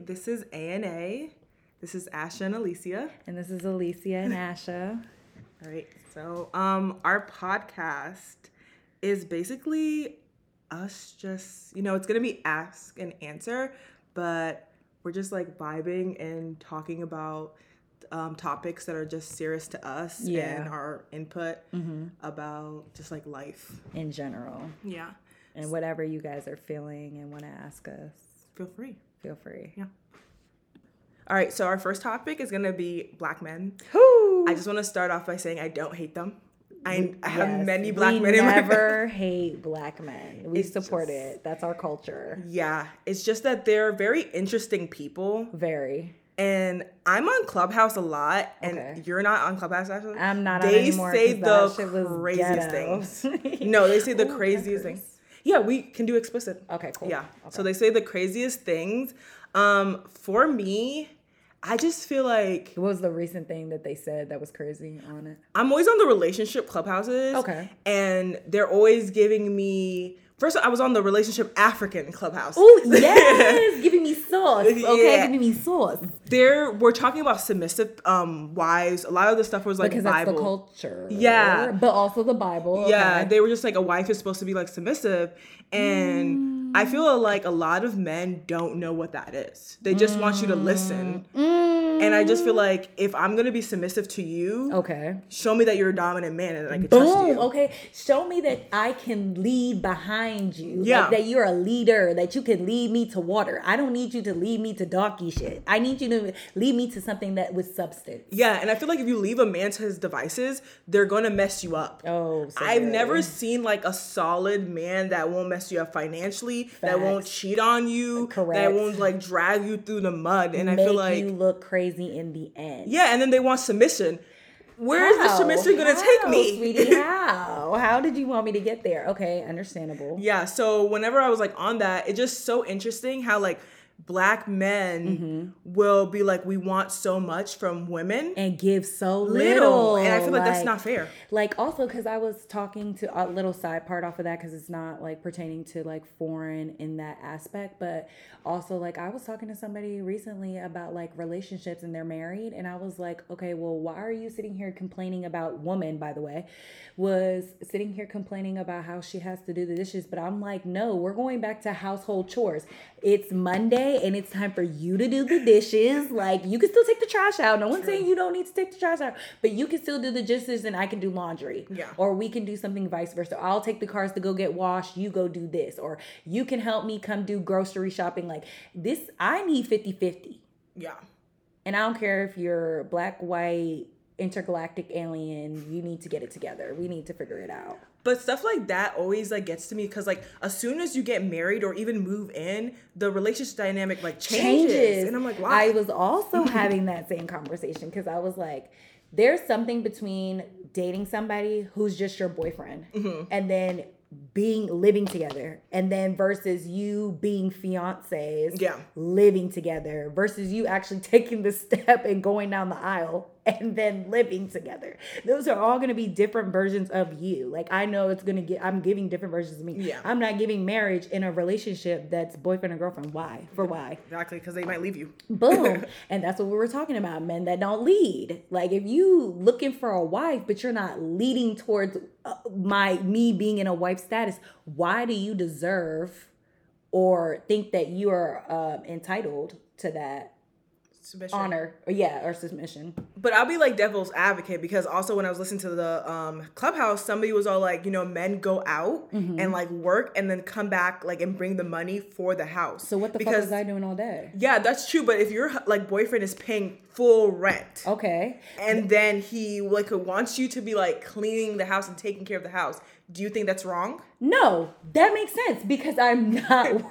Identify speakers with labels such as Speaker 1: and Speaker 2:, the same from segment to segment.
Speaker 1: This is A and A. This is Asha and Alicia.
Speaker 2: And this is Alicia and Asha.
Speaker 1: All right. So, um, our podcast is basically us just, you know, it's gonna be ask and answer, but we're just like vibing and talking about um, topics that are just serious to us
Speaker 2: Yeah.
Speaker 1: and our input about just like life.
Speaker 2: in general.
Speaker 1: Yeah.
Speaker 2: And whatever you guys are feeling and want to ask us,
Speaker 1: Feel free.
Speaker 2: feel free.
Speaker 1: All right. So, our first topic is gonna be black men.
Speaker 2: Who?
Speaker 1: I just want to start off by saying I don't hate them. I, I have many black men in
Speaker 2: We
Speaker 1: my life.
Speaker 2: never hate black men. We support it. That's our culture.
Speaker 1: Yeah, it's just that they're very interesting people,
Speaker 2: Very.
Speaker 1: and I'm on Clubhouse a lot, and
Speaker 2: Okay.
Speaker 1: you're not on Clubhouse, Ashley.
Speaker 2: I'm not on
Speaker 1: They
Speaker 2: anymore
Speaker 1: say
Speaker 2: 'cause
Speaker 1: the
Speaker 2: that shit was
Speaker 1: craziest
Speaker 2: ghetto.
Speaker 1: things. no, they say the
Speaker 2: Ooh,
Speaker 1: craziest
Speaker 2: curse.
Speaker 1: things. Yeah, we can do explicit.
Speaker 2: Okay, cool.
Speaker 1: Yeah. So they say the craziest things. Um, for me, I just feel like
Speaker 2: What was the recent thing that they said that was crazy on it?
Speaker 1: I'm always on the relationship clubhouses.
Speaker 2: Okay.
Speaker 1: And they're always giving me. First, I was on the relationship African clubhouse.
Speaker 2: giving me sauce.
Speaker 1: Yeah.
Speaker 2: me sauce.
Speaker 1: there we're talking about submissive um wives. A lot of the stuff was like
Speaker 2: Because that's
Speaker 1: Bible.
Speaker 2: the culture.
Speaker 1: Yeah.
Speaker 2: But also the Bible.
Speaker 1: Yeah,
Speaker 2: okay.
Speaker 1: they were just like a wife is supposed to be like submissive, and
Speaker 2: Mm.
Speaker 1: I feel like a lot of men don't know what that is. They just want you to listen, and I just feel like if I'm gonna be submissive to you,
Speaker 2: Mm. Okay.
Speaker 1: show me that you're a dominant man and that I can trust
Speaker 2: Boom.
Speaker 1: you.
Speaker 2: Okay. Show me that I can lead behind you. Like,
Speaker 1: Yeah.
Speaker 2: that you're a leader, that you can lead me to water. I don't need you to lead me to donkey shit. I need you to lead me to something that with substance.
Speaker 1: Yeah, and I feel like if you leave a man to his devices, they're gonna mess you up.
Speaker 2: Oh, so
Speaker 1: I've
Speaker 2: good.
Speaker 1: never seen like a solid man that won't mess you up financially, that won't
Speaker 2: Facts.
Speaker 1: cheat on you, that
Speaker 2: Correct.
Speaker 1: won't like drag you through the mud. And I
Speaker 2: Make
Speaker 1: feel like
Speaker 2: you look crazy in the end.
Speaker 1: yeah, and then they want submission. Where is the submission gonna take
Speaker 2: How,
Speaker 1: me?
Speaker 2: sweetie? How? How did you want me to get there? Okay, understandable.
Speaker 1: Yeah, so whenever I was like on that, it's just so interesting how like black men will be like, we want so much from women.
Speaker 2: Mm-hmm. And give so
Speaker 1: Little.
Speaker 2: little.
Speaker 1: And I feel like that's not fair.
Speaker 2: Like also because I was talking to a little side part off of that because it's not like pertaining to like foreign in that aspect, but also like I was talking to somebody recently about like relationships and they're married, and I was like, okay, well, why are you sitting here complaining about woman? By the way, was sitting here complaining about how she has to do the dishes, but I'm like, no, we're going back to household chores. It's Monday and it's time for you to do the dishes. Like you can still take the trash out. No one's saying you don't need to take the trash out, but you can still do the dishes and I can do laundry.
Speaker 1: Yeah.
Speaker 2: Or we can do something vice versa. I'll take the cars to go get washed. You go do this. Or you can help me come do grocery shopping. Like this, I need 50 50.
Speaker 1: Yeah.
Speaker 2: And I don't care if you're black, white, intergalactic alien, you need to get it together. We need to figure it out.
Speaker 1: But stuff like that always like gets to me because like as soon as you get married or even move in, the relationship dynamic like changes, and I'm like, why?
Speaker 2: I was also having that same conversation because I was like, there's something between dating somebody who's just your boyfriend
Speaker 1: Mm-hmm.
Speaker 2: and then being living together and then versus you being fiancés
Speaker 1: Yeah.
Speaker 2: living together versus you actually taking the step and going down the aisle and then living together those are all going to be different versions of you like i know it's going to get i'm giving different versions of me
Speaker 1: Yeah.
Speaker 2: i'm not giving marriage in a relationship that's boyfriend and girlfriend why for why
Speaker 1: exactly, because they might leave you.
Speaker 2: Boom. and that's what we were talking about men that don't lead. Like if you looking for a wife but you're not leading towards uh, my me being in a wife status, why do you deserve or think that you are um, entitled to that
Speaker 1: Submission.
Speaker 2: honor or yeah, or submission?
Speaker 1: Um, But I'll be like devil's advocate because also when I was listening to the um, clubhouse, somebody was all like, you know, men go out
Speaker 2: Mm-hmm.
Speaker 1: and like work and then come back like and bring the money for the house.
Speaker 2: So what the fuck
Speaker 1: because,
Speaker 2: was I doing all day?
Speaker 1: Yeah, that's true. But if your like boyfriend is paying full rent,
Speaker 2: Okay.
Speaker 1: and then he like wants you to be like cleaning the house and taking care of the house, do you think that's wrong?
Speaker 2: No, that makes sense because I'm not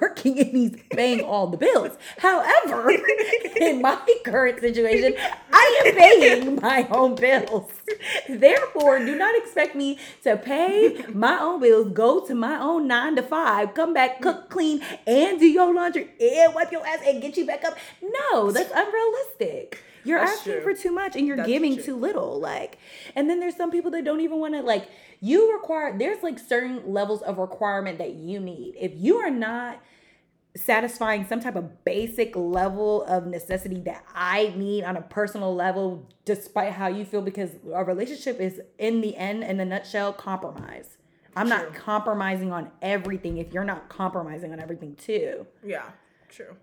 Speaker 2: working and he's paying all the bills. However, in my current situation, I am paying my own bills. Therefore, do not expect me to pay my own bills, go to my own nine to five, come back, cook, clean, and do your laundry, and wipe your ass, and get you back up. No, that's unrealistic. You're
Speaker 1: That's
Speaker 2: asking
Speaker 1: true.
Speaker 2: for too much and you're
Speaker 1: That's
Speaker 2: giving
Speaker 1: true.
Speaker 2: too little like and then there's some people that don't even want to like you require there's like certain levels of requirement that you need if you are not satisfying some type of basic level of necessity that I need on a personal level, despite how you feel, because a relationship is in the end, in the nutshell, compromise. I'm not compromising on everything if you're not compromising on everything too.
Speaker 1: Yeah, true.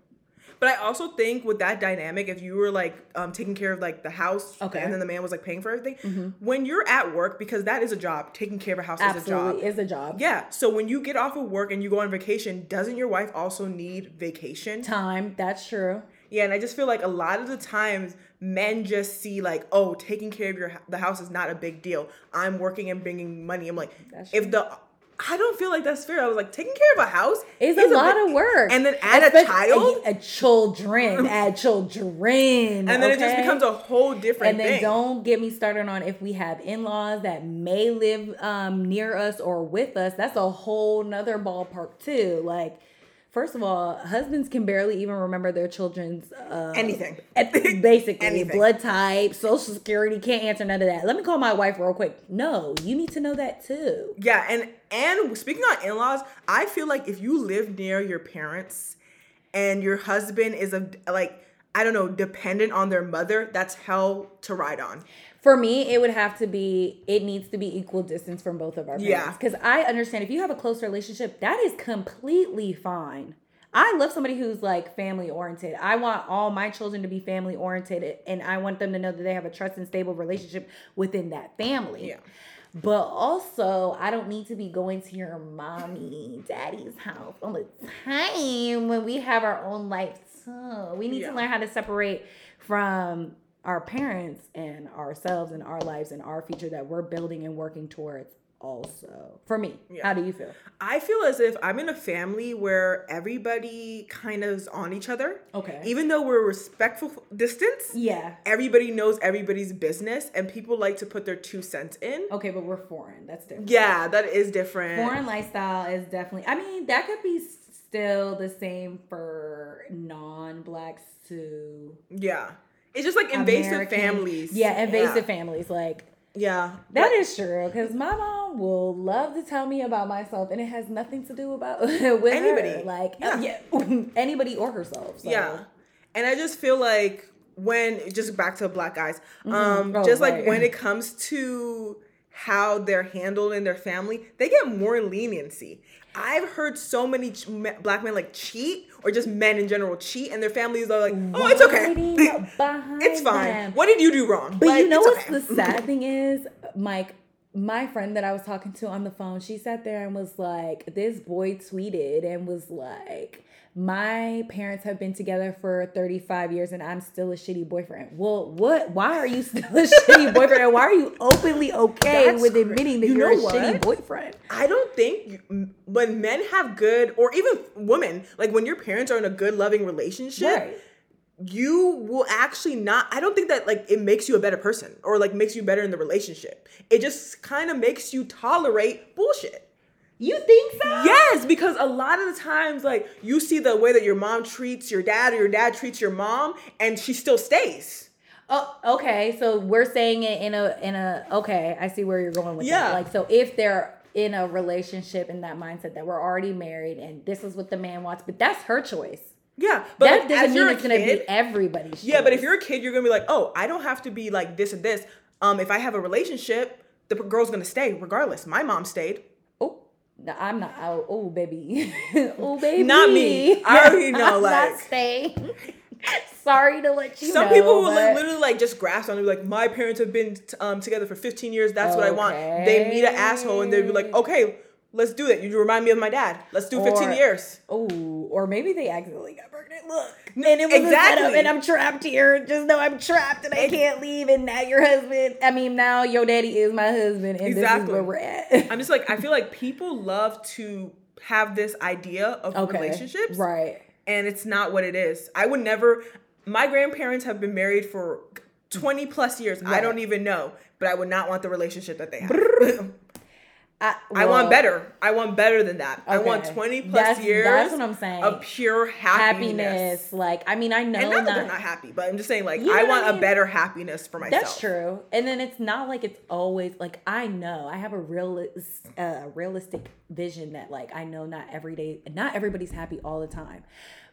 Speaker 1: But I also think with that dynamic, if you were like um, taking care of like the house,
Speaker 2: Okay.
Speaker 1: and then the man was like paying for everything, when you're at work because that is a job, taking care of a house is a job.
Speaker 2: Absolutely, is a job.
Speaker 1: Yeah. So when you get off of work and you go on vacation, doesn't your wife also need vacation?
Speaker 2: Time, that's true.
Speaker 1: Yeah, and I just feel like a lot of the times men just see like, oh, taking care of your the house is not a big deal. I'm working and bringing money. I'm like,
Speaker 2: That's
Speaker 1: if
Speaker 2: true.
Speaker 1: the I don't feel like that's fair. I was like, taking care of a house
Speaker 2: It's a lot of work.
Speaker 1: and then add a
Speaker 2: Especially-
Speaker 1: child,
Speaker 2: A, a children, add
Speaker 1: and
Speaker 2: children.
Speaker 1: then it just
Speaker 2: okay?
Speaker 1: becomes a whole different
Speaker 2: and then
Speaker 1: thing.
Speaker 2: don't get me started on if we have in-laws that may live um, near us or with us that's a whole nother ballpark too like first of all husbands can barely even remember their children's uh,
Speaker 1: Anything.
Speaker 2: at- basically
Speaker 1: Anything.
Speaker 2: blood type social security can't answer none of that let me call my wife real quick no you need to know that too
Speaker 1: Yeah, and and speaking on in-laws, I feel like if you live near your parents and your husband is a like I don't know, dependent on their mother, that's hell to ride on.
Speaker 2: For me, it would have to be it needs to be equal distance from both of our
Speaker 1: Yeah.
Speaker 2: parents. Because I understand if you have a close relationship, that is completely fine. I love somebody who's like family oriented. I want all my children to be family oriented and I want them to know that they have a trust and stable relationship within that family.
Speaker 1: Yeah.
Speaker 2: But also, I don't need to be going to your mommy, daddy's house all the time when we have our own life too. We need
Speaker 1: Yeah.
Speaker 2: to learn how to separate from our parents and ourselves and our lives and our future that we're building and working towards also. For me,
Speaker 1: Yeah.
Speaker 2: how do you feel?
Speaker 1: I feel as if I'm in a family where everybody kind of is on each other.
Speaker 2: Okay.
Speaker 1: Even though we're respectful distance,
Speaker 2: yeah.
Speaker 1: everybody knows everybody's business and people like to put their two cents in.
Speaker 2: Okay, but we're foreign. That's different.
Speaker 1: Yeah, that is different.
Speaker 2: Oh. Foreign lifestyle is definitely I mean, that could be still the same for non-blacks too.
Speaker 1: Yeah. It's just like invasive
Speaker 2: American-
Speaker 1: families.
Speaker 2: Yeah, invasive families. Like
Speaker 1: Yeah.
Speaker 2: that is true because my mom will love to tell me about myself, and it has nothing to do about with her.
Speaker 1: Anybody.
Speaker 2: Like uh,
Speaker 1: Yeah.
Speaker 2: yeah, anybody or herself. so.
Speaker 1: Yeah. And I just feel like when just back to black guys, um,
Speaker 2: Oh,
Speaker 1: just like
Speaker 2: right.
Speaker 1: when it comes to how they're handled in their family, they get more leniency. I've heard so many ch- me- black men like cheat or just men in general cheat, and their families are like, "Oh, it's okay,
Speaker 2: Hiding behind
Speaker 1: it's fine.
Speaker 2: them.
Speaker 1: What did you do wrong?"
Speaker 2: But
Speaker 1: Like,
Speaker 2: you know
Speaker 1: it's
Speaker 2: what's
Speaker 1: okay.
Speaker 2: the sad thing is, Mike. My friend that I was talking to on the phone, she sat there and was like, "This boy tweeted and was like." My parents have been together for 35 years and I'm still a shitty boyfriend. Well, what? Why are you still a shitty boyfriend? And Why are you openly okay
Speaker 1: That's
Speaker 2: with
Speaker 1: cra-
Speaker 2: admitting that
Speaker 1: You
Speaker 2: you are a
Speaker 1: know what?
Speaker 2: shitty boyfriend?
Speaker 1: I don't think you- m- when men have good, or even women, like when your parents are in a good, loving relationship,
Speaker 2: Right.
Speaker 1: you will actually not i don't think that like it makes you a better person or like makes you better in the relationship it just kind of makes you tolerate bullshit
Speaker 2: You think so?
Speaker 1: yes because a lot of the times like you see the way that your mom treats your dad or your dad treats your mom and she still stays
Speaker 2: Oh, okay. So we're saying it in a in a okay. I see where you're going with
Speaker 1: Yeah.
Speaker 2: that. Like, so if they're in a relationship in that mindset that we're already married and this is what the man wants, but that's her choice.
Speaker 1: yeah but
Speaker 2: that
Speaker 1: like,
Speaker 2: doesn't
Speaker 1: as
Speaker 2: mean
Speaker 1: you're a
Speaker 2: it's going to
Speaker 1: kid-
Speaker 2: be everybody's.
Speaker 1: yeah but if
Speaker 2: choice.
Speaker 1: you're a kid you're gonna be like oh i don't have to be like this and this um if i have a relationship the p- girl's gonna stay regardless my mom stayed
Speaker 2: oh, no, I'm not. Oh, oh baby, oh baby,
Speaker 1: Not me. I already know,
Speaker 2: I'm
Speaker 1: like-
Speaker 2: not staying. Sorry to let you
Speaker 1: Some
Speaker 2: know.
Speaker 1: people will like,
Speaker 2: but-
Speaker 1: literally like just grasp on it, like my parents have been t- um, together for 15 years. That's what I want. They meet an asshole and they'd be like, okay, let's do that. You remind me of my dad. Let's do 15
Speaker 2: Or-
Speaker 1: years.
Speaker 2: Oh, or maybe they accidentally got pregnant. Look, and it was a setup,
Speaker 1: exactly.
Speaker 2: and I'm trapped here. Just know I'm trapped, and I can't leave. And now your husband, I mean, now your daddy is my husband, and this is
Speaker 1: Exactly.
Speaker 2: where we're at.
Speaker 1: I'm just like, I feel like people love to have this idea of relationships,
Speaker 2: right?
Speaker 1: and it's not what it is. I would never. My grandparents have been married for 20 plus years. I
Speaker 2: Right.
Speaker 1: don't even know, but I would not want the relationship that they have.
Speaker 2: I,
Speaker 1: I
Speaker 2: well,
Speaker 1: want better. I want better than that. I want
Speaker 2: okay.
Speaker 1: 20 plus
Speaker 2: That's-
Speaker 1: years
Speaker 2: That's what I'm saying.
Speaker 1: of pure happiness.
Speaker 2: happiness. Like, I mean, I know
Speaker 1: And not that they're
Speaker 2: that-
Speaker 1: not happy, but I'm just saying, like,
Speaker 2: You know
Speaker 1: I
Speaker 2: what I
Speaker 1: want a
Speaker 2: mean?
Speaker 1: better happiness for myself.
Speaker 2: That's true. And then it's not like it's always like I know I have a real uh, realistic vision that like I know not every day not everybody's happy all the time.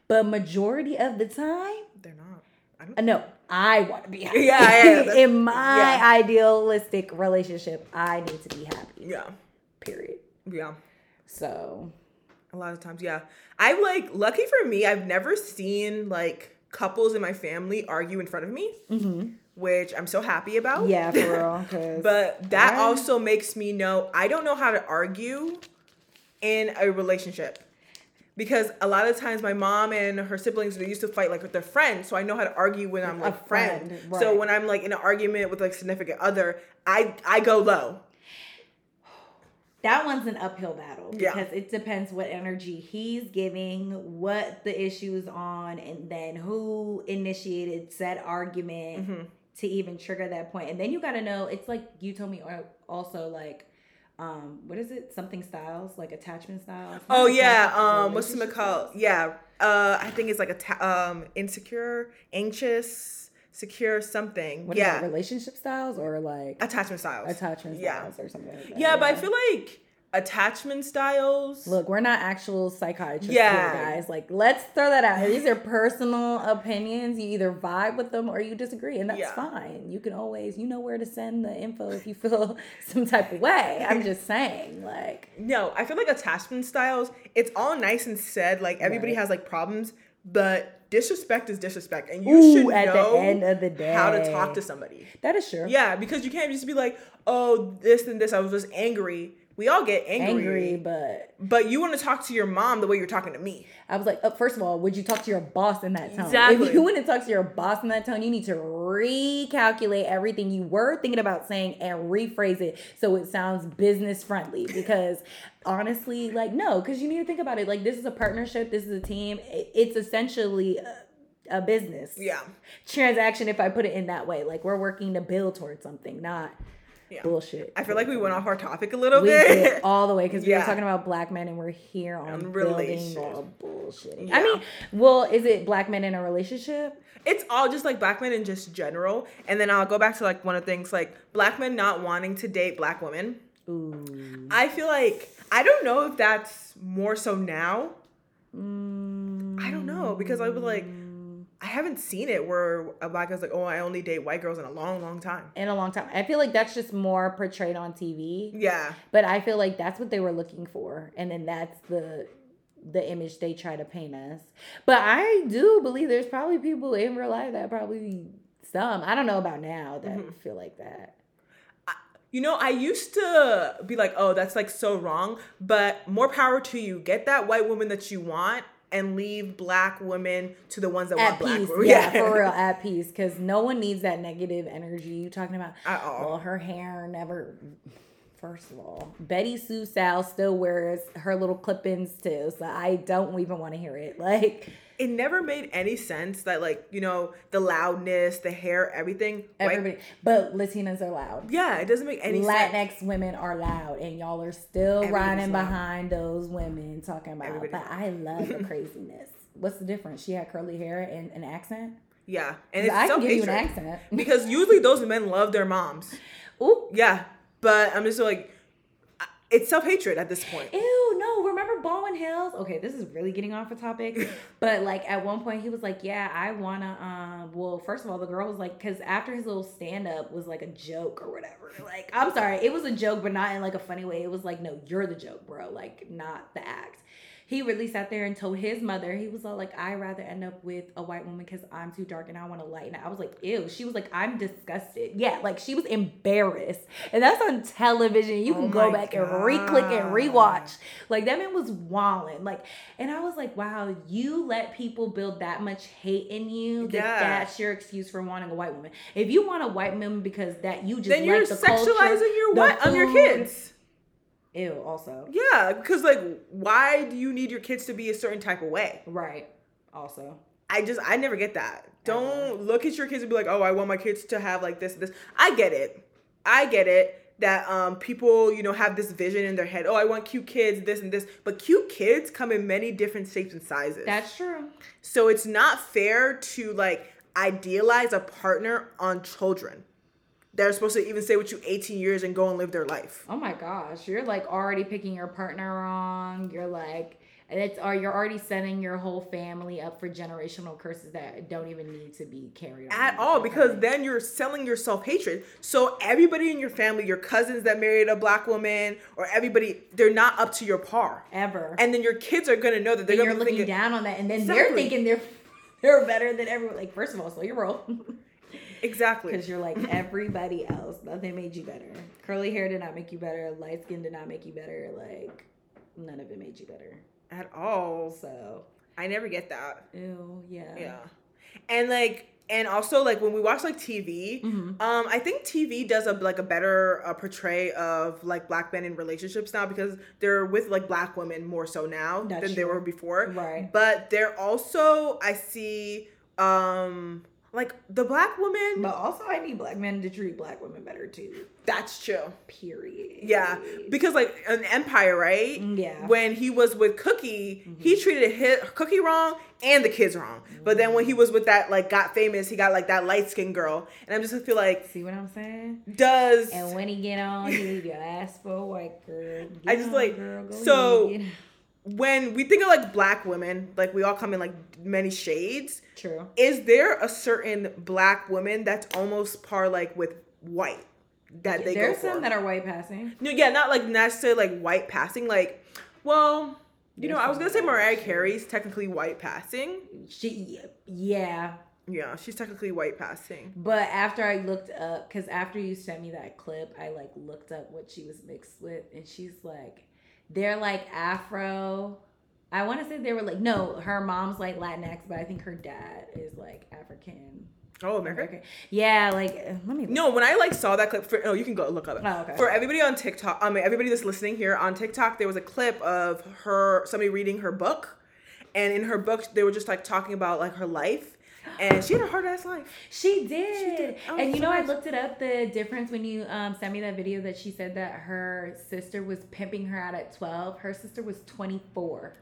Speaker 2: But majority of the time, uh,
Speaker 1: They're not. I don't
Speaker 2: no, I want to be happy.
Speaker 1: Yeah, yeah, that's-
Speaker 2: In my
Speaker 1: yeah.
Speaker 2: idealistic relationship, I need to be happy.
Speaker 1: Yeah.
Speaker 2: Period.
Speaker 1: Yeah.
Speaker 2: So,
Speaker 1: A lot of times, yeah. I'm like, lucky for me, I've never seen like couples in my family argue in front of me, which I'm so happy about.
Speaker 2: Mm-hmm. yeah, for real. 'cause-
Speaker 1: But that
Speaker 2: Yeah.
Speaker 1: also makes me know I don't know how to argue in a relationship. Because a lot of times my mom and her siblings they used to fight like with their friends, so I know how to argue when I'm
Speaker 2: a
Speaker 1: like friend.
Speaker 2: friend,
Speaker 1: So
Speaker 2: right.
Speaker 1: when I'm like in an argument with like significant other, I I go low.
Speaker 2: That one's an uphill battle
Speaker 1: Yeah.
Speaker 2: because it depends what energy he's giving, what the issue is on, and then who initiated said argument
Speaker 1: Mm-hmm.
Speaker 2: to even trigger that point. And then you got to know it's like you told me al- also like um what is it something styles like attachment styles.
Speaker 1: Oh
Speaker 2: Not
Speaker 1: yeah,
Speaker 2: attachment,
Speaker 1: um, what's it
Speaker 2: relationship
Speaker 1: called?
Speaker 2: styles.
Speaker 1: Yeah, uh, I think it's like a ta- um insecure, anxious, secure something.
Speaker 2: What is
Speaker 1: yeah,
Speaker 2: it, relationship styles or like
Speaker 1: attachment styles.
Speaker 2: attachment
Speaker 1: yeah.
Speaker 2: styles or something. Like that.
Speaker 1: yeah, but I feel like attachment styles.
Speaker 2: Look, we're not actual psychiatrists
Speaker 1: Yeah.
Speaker 2: here, guys. Like, let's throw that out. These are personal opinions. You either vibe with them or you disagree, and that's
Speaker 1: Yeah.
Speaker 2: fine. You can always, you know, where to send the info if you feel some type of way. I'm just saying, like,
Speaker 1: no, I feel like attachment styles. It's all nice and said. Like everybody
Speaker 2: Right.
Speaker 1: has like problems, but disrespect is disrespect, and you
Speaker 2: Ooh,
Speaker 1: should
Speaker 2: at the
Speaker 1: know
Speaker 2: end of the
Speaker 1: how to
Speaker 2: day.
Speaker 1: talk to somebody.
Speaker 2: that is sure.
Speaker 1: Yeah, because you can't just be like, oh, this and this. I was just angry. We all get
Speaker 2: Angry, but
Speaker 1: But you want to talk to your mom the way you're talking to me.
Speaker 2: I was like, oh, first of all, would you talk to your boss in that tone?
Speaker 1: Exactly.
Speaker 2: If you want to talk to your boss in that tone, you need to recalculate everything you were thinking about saying and rephrase it so it sounds business friendly. Because honestly, like, no, because you need to think about it. Like, this is a partnership, this is a team. I- It's essentially a, a business
Speaker 1: Yeah.
Speaker 2: transaction, if I put it in that way. Like, we're working to build towards something, not
Speaker 1: Yeah.
Speaker 2: bullshit.
Speaker 1: I feel like we went off our topic a little
Speaker 2: We
Speaker 1: bit.
Speaker 2: did all the way because we
Speaker 1: Yeah.
Speaker 2: were talking about black men and we're here on
Speaker 1: And
Speaker 2: building
Speaker 1: relations.
Speaker 2: all bullshit.
Speaker 1: Yeah.
Speaker 2: I mean, well, is it black men in a relationship?
Speaker 1: it's all just like black men in just general. And then I'll go back to like one of the things like black men not wanting to date black women.
Speaker 2: Ooh,
Speaker 1: I feel like I don't know if that's more so now. I don't know because I was like I haven't seen it where a black guy's like, "Oh, I only date white girls in a long, long time."
Speaker 2: in a long time. I feel like that's just more portrayed on TV,
Speaker 1: Yeah.
Speaker 2: but I feel like that's what they were looking for, and then that's the the image they try to paint us. But I do believe there's probably people in real life that probably some I don't know about now that
Speaker 1: Mm-hmm.
Speaker 2: feel like that.
Speaker 1: You know, I used to be like, oh, that's like so wrong, but more power to you. Get that white woman that you want and leave black women to the ones that
Speaker 2: at
Speaker 1: want black
Speaker 2: peace.
Speaker 1: women.
Speaker 2: Yeah, for real, at peace. Because no one needs that negative energy you talking about.
Speaker 1: At all.
Speaker 2: Well, her hair never. First of all, Betty Sue Sal still wears her little clip-ins too, so I don't even want to hear it. Like
Speaker 1: It never made any sense that, like, you know, the loudness, the hair, everything. white-
Speaker 2: everybody, but Latinas are loud.
Speaker 1: yeah, it doesn't make any sense.
Speaker 2: Latinx women are loud, and y'all are still
Speaker 1: Everybody's
Speaker 2: riding
Speaker 1: loud.
Speaker 2: behind those women talking about.
Speaker 1: Everybody's
Speaker 2: but
Speaker 1: loud.
Speaker 2: I love the craziness. What's the difference? She had curly hair and an accent.
Speaker 1: Yeah, and it's
Speaker 2: I
Speaker 1: so
Speaker 2: can give you an
Speaker 1: hatred.
Speaker 2: accent.
Speaker 1: because usually those men love their moms.
Speaker 2: Ooh,
Speaker 1: Yeah, but I'm just like, I- it's self hatred at this point.
Speaker 2: Ew, no, remember Baldwin Hills? Okay, this is really getting off the topic. but like at one point he was like, Yeah, I wanna um well, first of all, the girl was like, cause after his little stand-up was like a joke or whatever. Like, I'm sorry, it was a joke, but not in like a funny way. It was like, no, you're the joke, bro, like not the act. He really sat there and told his mother, he was all like, I rather end up with a white woman because I'm too dark and I want to lighten it. I was like, ew. She was like, I'm disgusted. Yeah, like she was embarrassed. And that's on television. You
Speaker 1: Oh
Speaker 2: can go
Speaker 1: my
Speaker 2: back and re click and
Speaker 1: God.
Speaker 2: rewatch much. Like that man was walling. Like, and I was like, wow, you let people build that much hate in you that
Speaker 1: Yeah.
Speaker 2: that's your excuse for wanting a white woman. If you want a white woman because that you just
Speaker 1: Then
Speaker 2: like
Speaker 1: you're
Speaker 2: the
Speaker 1: sexualizing
Speaker 2: culture,
Speaker 1: your
Speaker 2: the
Speaker 1: what on your
Speaker 2: food.
Speaker 1: kids.
Speaker 2: Ew. Also,
Speaker 1: Yeah, because like, why do you need your kids to be a certain type of way?
Speaker 2: right. Also,
Speaker 1: I just, I never get that. Don't look at your kids and be like, oh, I want my kids to have like this, this. I get it. I get it. that um, people you know have this vision in their head oh i want cute kids this and this but cute kids come in many different shapes and sizes
Speaker 3: That's true.
Speaker 1: so it's not fair to like idealize a partner on children they're supposed to even stay with you 18 years and go and live their life
Speaker 2: Oh my gosh, you're like already picking your partner wrong. You're like it's or you're already setting your whole family up for generational curses that don't even need to be carried on
Speaker 1: at all because then you're selling your self-hatred so everybody in your family your cousins that married a black woman or everybody they're not up to your par
Speaker 2: ever.
Speaker 1: and then your kids are gonna know that they're
Speaker 2: And
Speaker 1: gonna
Speaker 2: you're
Speaker 1: be
Speaker 2: looking
Speaker 1: thinking,
Speaker 2: down on that, and then they're
Speaker 1: Exactly.
Speaker 2: thinking they're they're better than everyone. Like first of all, slow your roll
Speaker 1: exactly
Speaker 2: because you're like everybody else. Nothing made you better. Curly hair did not make you better. Light skin did not make you better. Like none of it made you better.
Speaker 1: at all
Speaker 2: So
Speaker 1: i never get that
Speaker 2: ew, yeah,
Speaker 1: yeah and like and also like when we watch like tv
Speaker 2: Mm-hmm.
Speaker 1: um i think tv does a like a better uh, portray of like black men in relationships now because they're with like black women more so now
Speaker 2: That's
Speaker 1: than they
Speaker 2: true.
Speaker 1: were before
Speaker 2: Right.
Speaker 1: but they're also i see um like the black woman
Speaker 2: But also, I need black men to treat black women better too.
Speaker 1: that's true
Speaker 2: Period.
Speaker 1: yeah because like an empire right
Speaker 2: Mm, Yeah. Mm-hmm.
Speaker 1: when he was with Cookie, he treated his, Cookie wrong and the kids wrong. But then when he
Speaker 2: Mm.
Speaker 1: was with that like got famous, he got like that light skinned girl, and I'm just gonna feel like
Speaker 2: See what I'm saying?
Speaker 1: does
Speaker 2: And when he get on, he leave your ass for a white girl.
Speaker 1: I
Speaker 2: Get
Speaker 1: just
Speaker 2: on,
Speaker 1: like-
Speaker 2: go
Speaker 1: so-
Speaker 2: ahead, get on.
Speaker 1: when we think of like black women, like we all come in like many shades.
Speaker 2: true.
Speaker 1: Is there a certain black woman that's almost par like with white that they
Speaker 2: There's
Speaker 1: go
Speaker 2: some
Speaker 1: for?
Speaker 2: that are white passing.
Speaker 1: no, yeah, not like necessarily like white passing. Like, well, you know,
Speaker 2: There's
Speaker 1: I was
Speaker 2: some
Speaker 1: gonna say
Speaker 2: that are
Speaker 1: Mariah
Speaker 2: shades.
Speaker 1: Carey's technically white passing.
Speaker 2: She, yeah.
Speaker 1: Yeah, she's technically white passing.
Speaker 2: But after I looked up, because after you sent me that clip, I like looked up what she was mixed with, and she's like, they're like Afro. I want to say they were like no, her mom's like Latinx, but I think her dad is like African.
Speaker 1: Oh, America.
Speaker 2: American. Yeah, like uh, let me.
Speaker 1: No, when I like saw that clip for oh you can go look up it.
Speaker 2: Oh, okay.
Speaker 1: For everybody on TikTok, I mean everybody that's listening here on TikTok, there was a clip of her somebody reading her book, and in her book they were just like talking about like her life, and she had a hard ass life.
Speaker 2: She did.
Speaker 1: Oh,
Speaker 2: and you
Speaker 1: so
Speaker 2: know, I
Speaker 1: nice.
Speaker 2: looked it up the difference when you um, sent me that video that she said that her sister was pimping her out at 12. Her sister was 24,